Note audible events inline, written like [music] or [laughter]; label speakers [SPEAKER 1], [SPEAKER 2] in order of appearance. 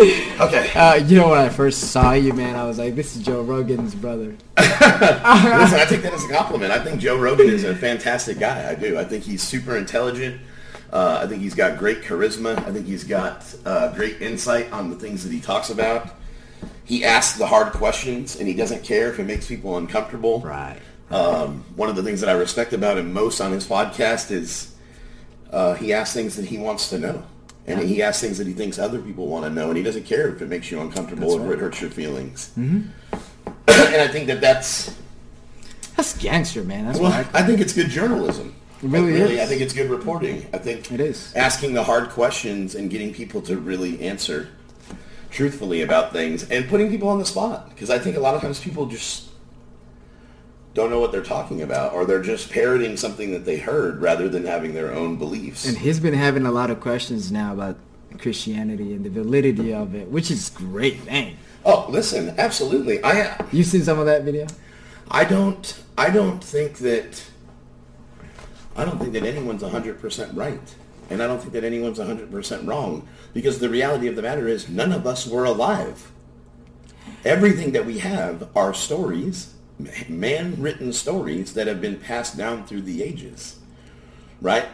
[SPEAKER 1] Okay.
[SPEAKER 2] Uh, you know, when I first saw you, man, I was like, this is Joe Rogan's brother.
[SPEAKER 1] Listen, I take that as a compliment. I think Joe Rogan is a fantastic guy. I do. I think he's super intelligent. Uh, I think he's got great charisma. I think he's got uh, great insight on the things that he talks about. He asks the hard questions, and he doesn't care if it makes people uncomfortable.
[SPEAKER 2] Right.
[SPEAKER 1] Um, one of the things that I respect about him most on his podcast is uh, he asks things that he wants to know. And he asks things that he thinks other people want to know, and he doesn't care if it makes you uncomfortable or if it hurts your feelings. [clears throat] and I think that that's
[SPEAKER 2] That's gangster, man. That's
[SPEAKER 1] well,
[SPEAKER 2] what I
[SPEAKER 1] I think it's good journalism.
[SPEAKER 2] It really
[SPEAKER 1] Like,
[SPEAKER 2] is.
[SPEAKER 1] I think it's good reporting. I think
[SPEAKER 2] It is.
[SPEAKER 1] asking the hard questions and getting people to really answer truthfully about things and putting people on the spot because I think a lot of times people just don't know what they're talking about or they're just parroting something that they heard rather than having their own beliefs.
[SPEAKER 2] And he's been having a lot of questions now about Christianity and the validity of it, which is great, man.
[SPEAKER 1] oh, listen, absolutely. I
[SPEAKER 2] You seen some of that video?
[SPEAKER 1] I don't I don't think that I don't think that anyone's 100% right. And I don't think that anyone's 100% wrong because the reality of the matter is none of us were alive. Everything that we have are stories, man-written stories that have been passed down through the ages. Right?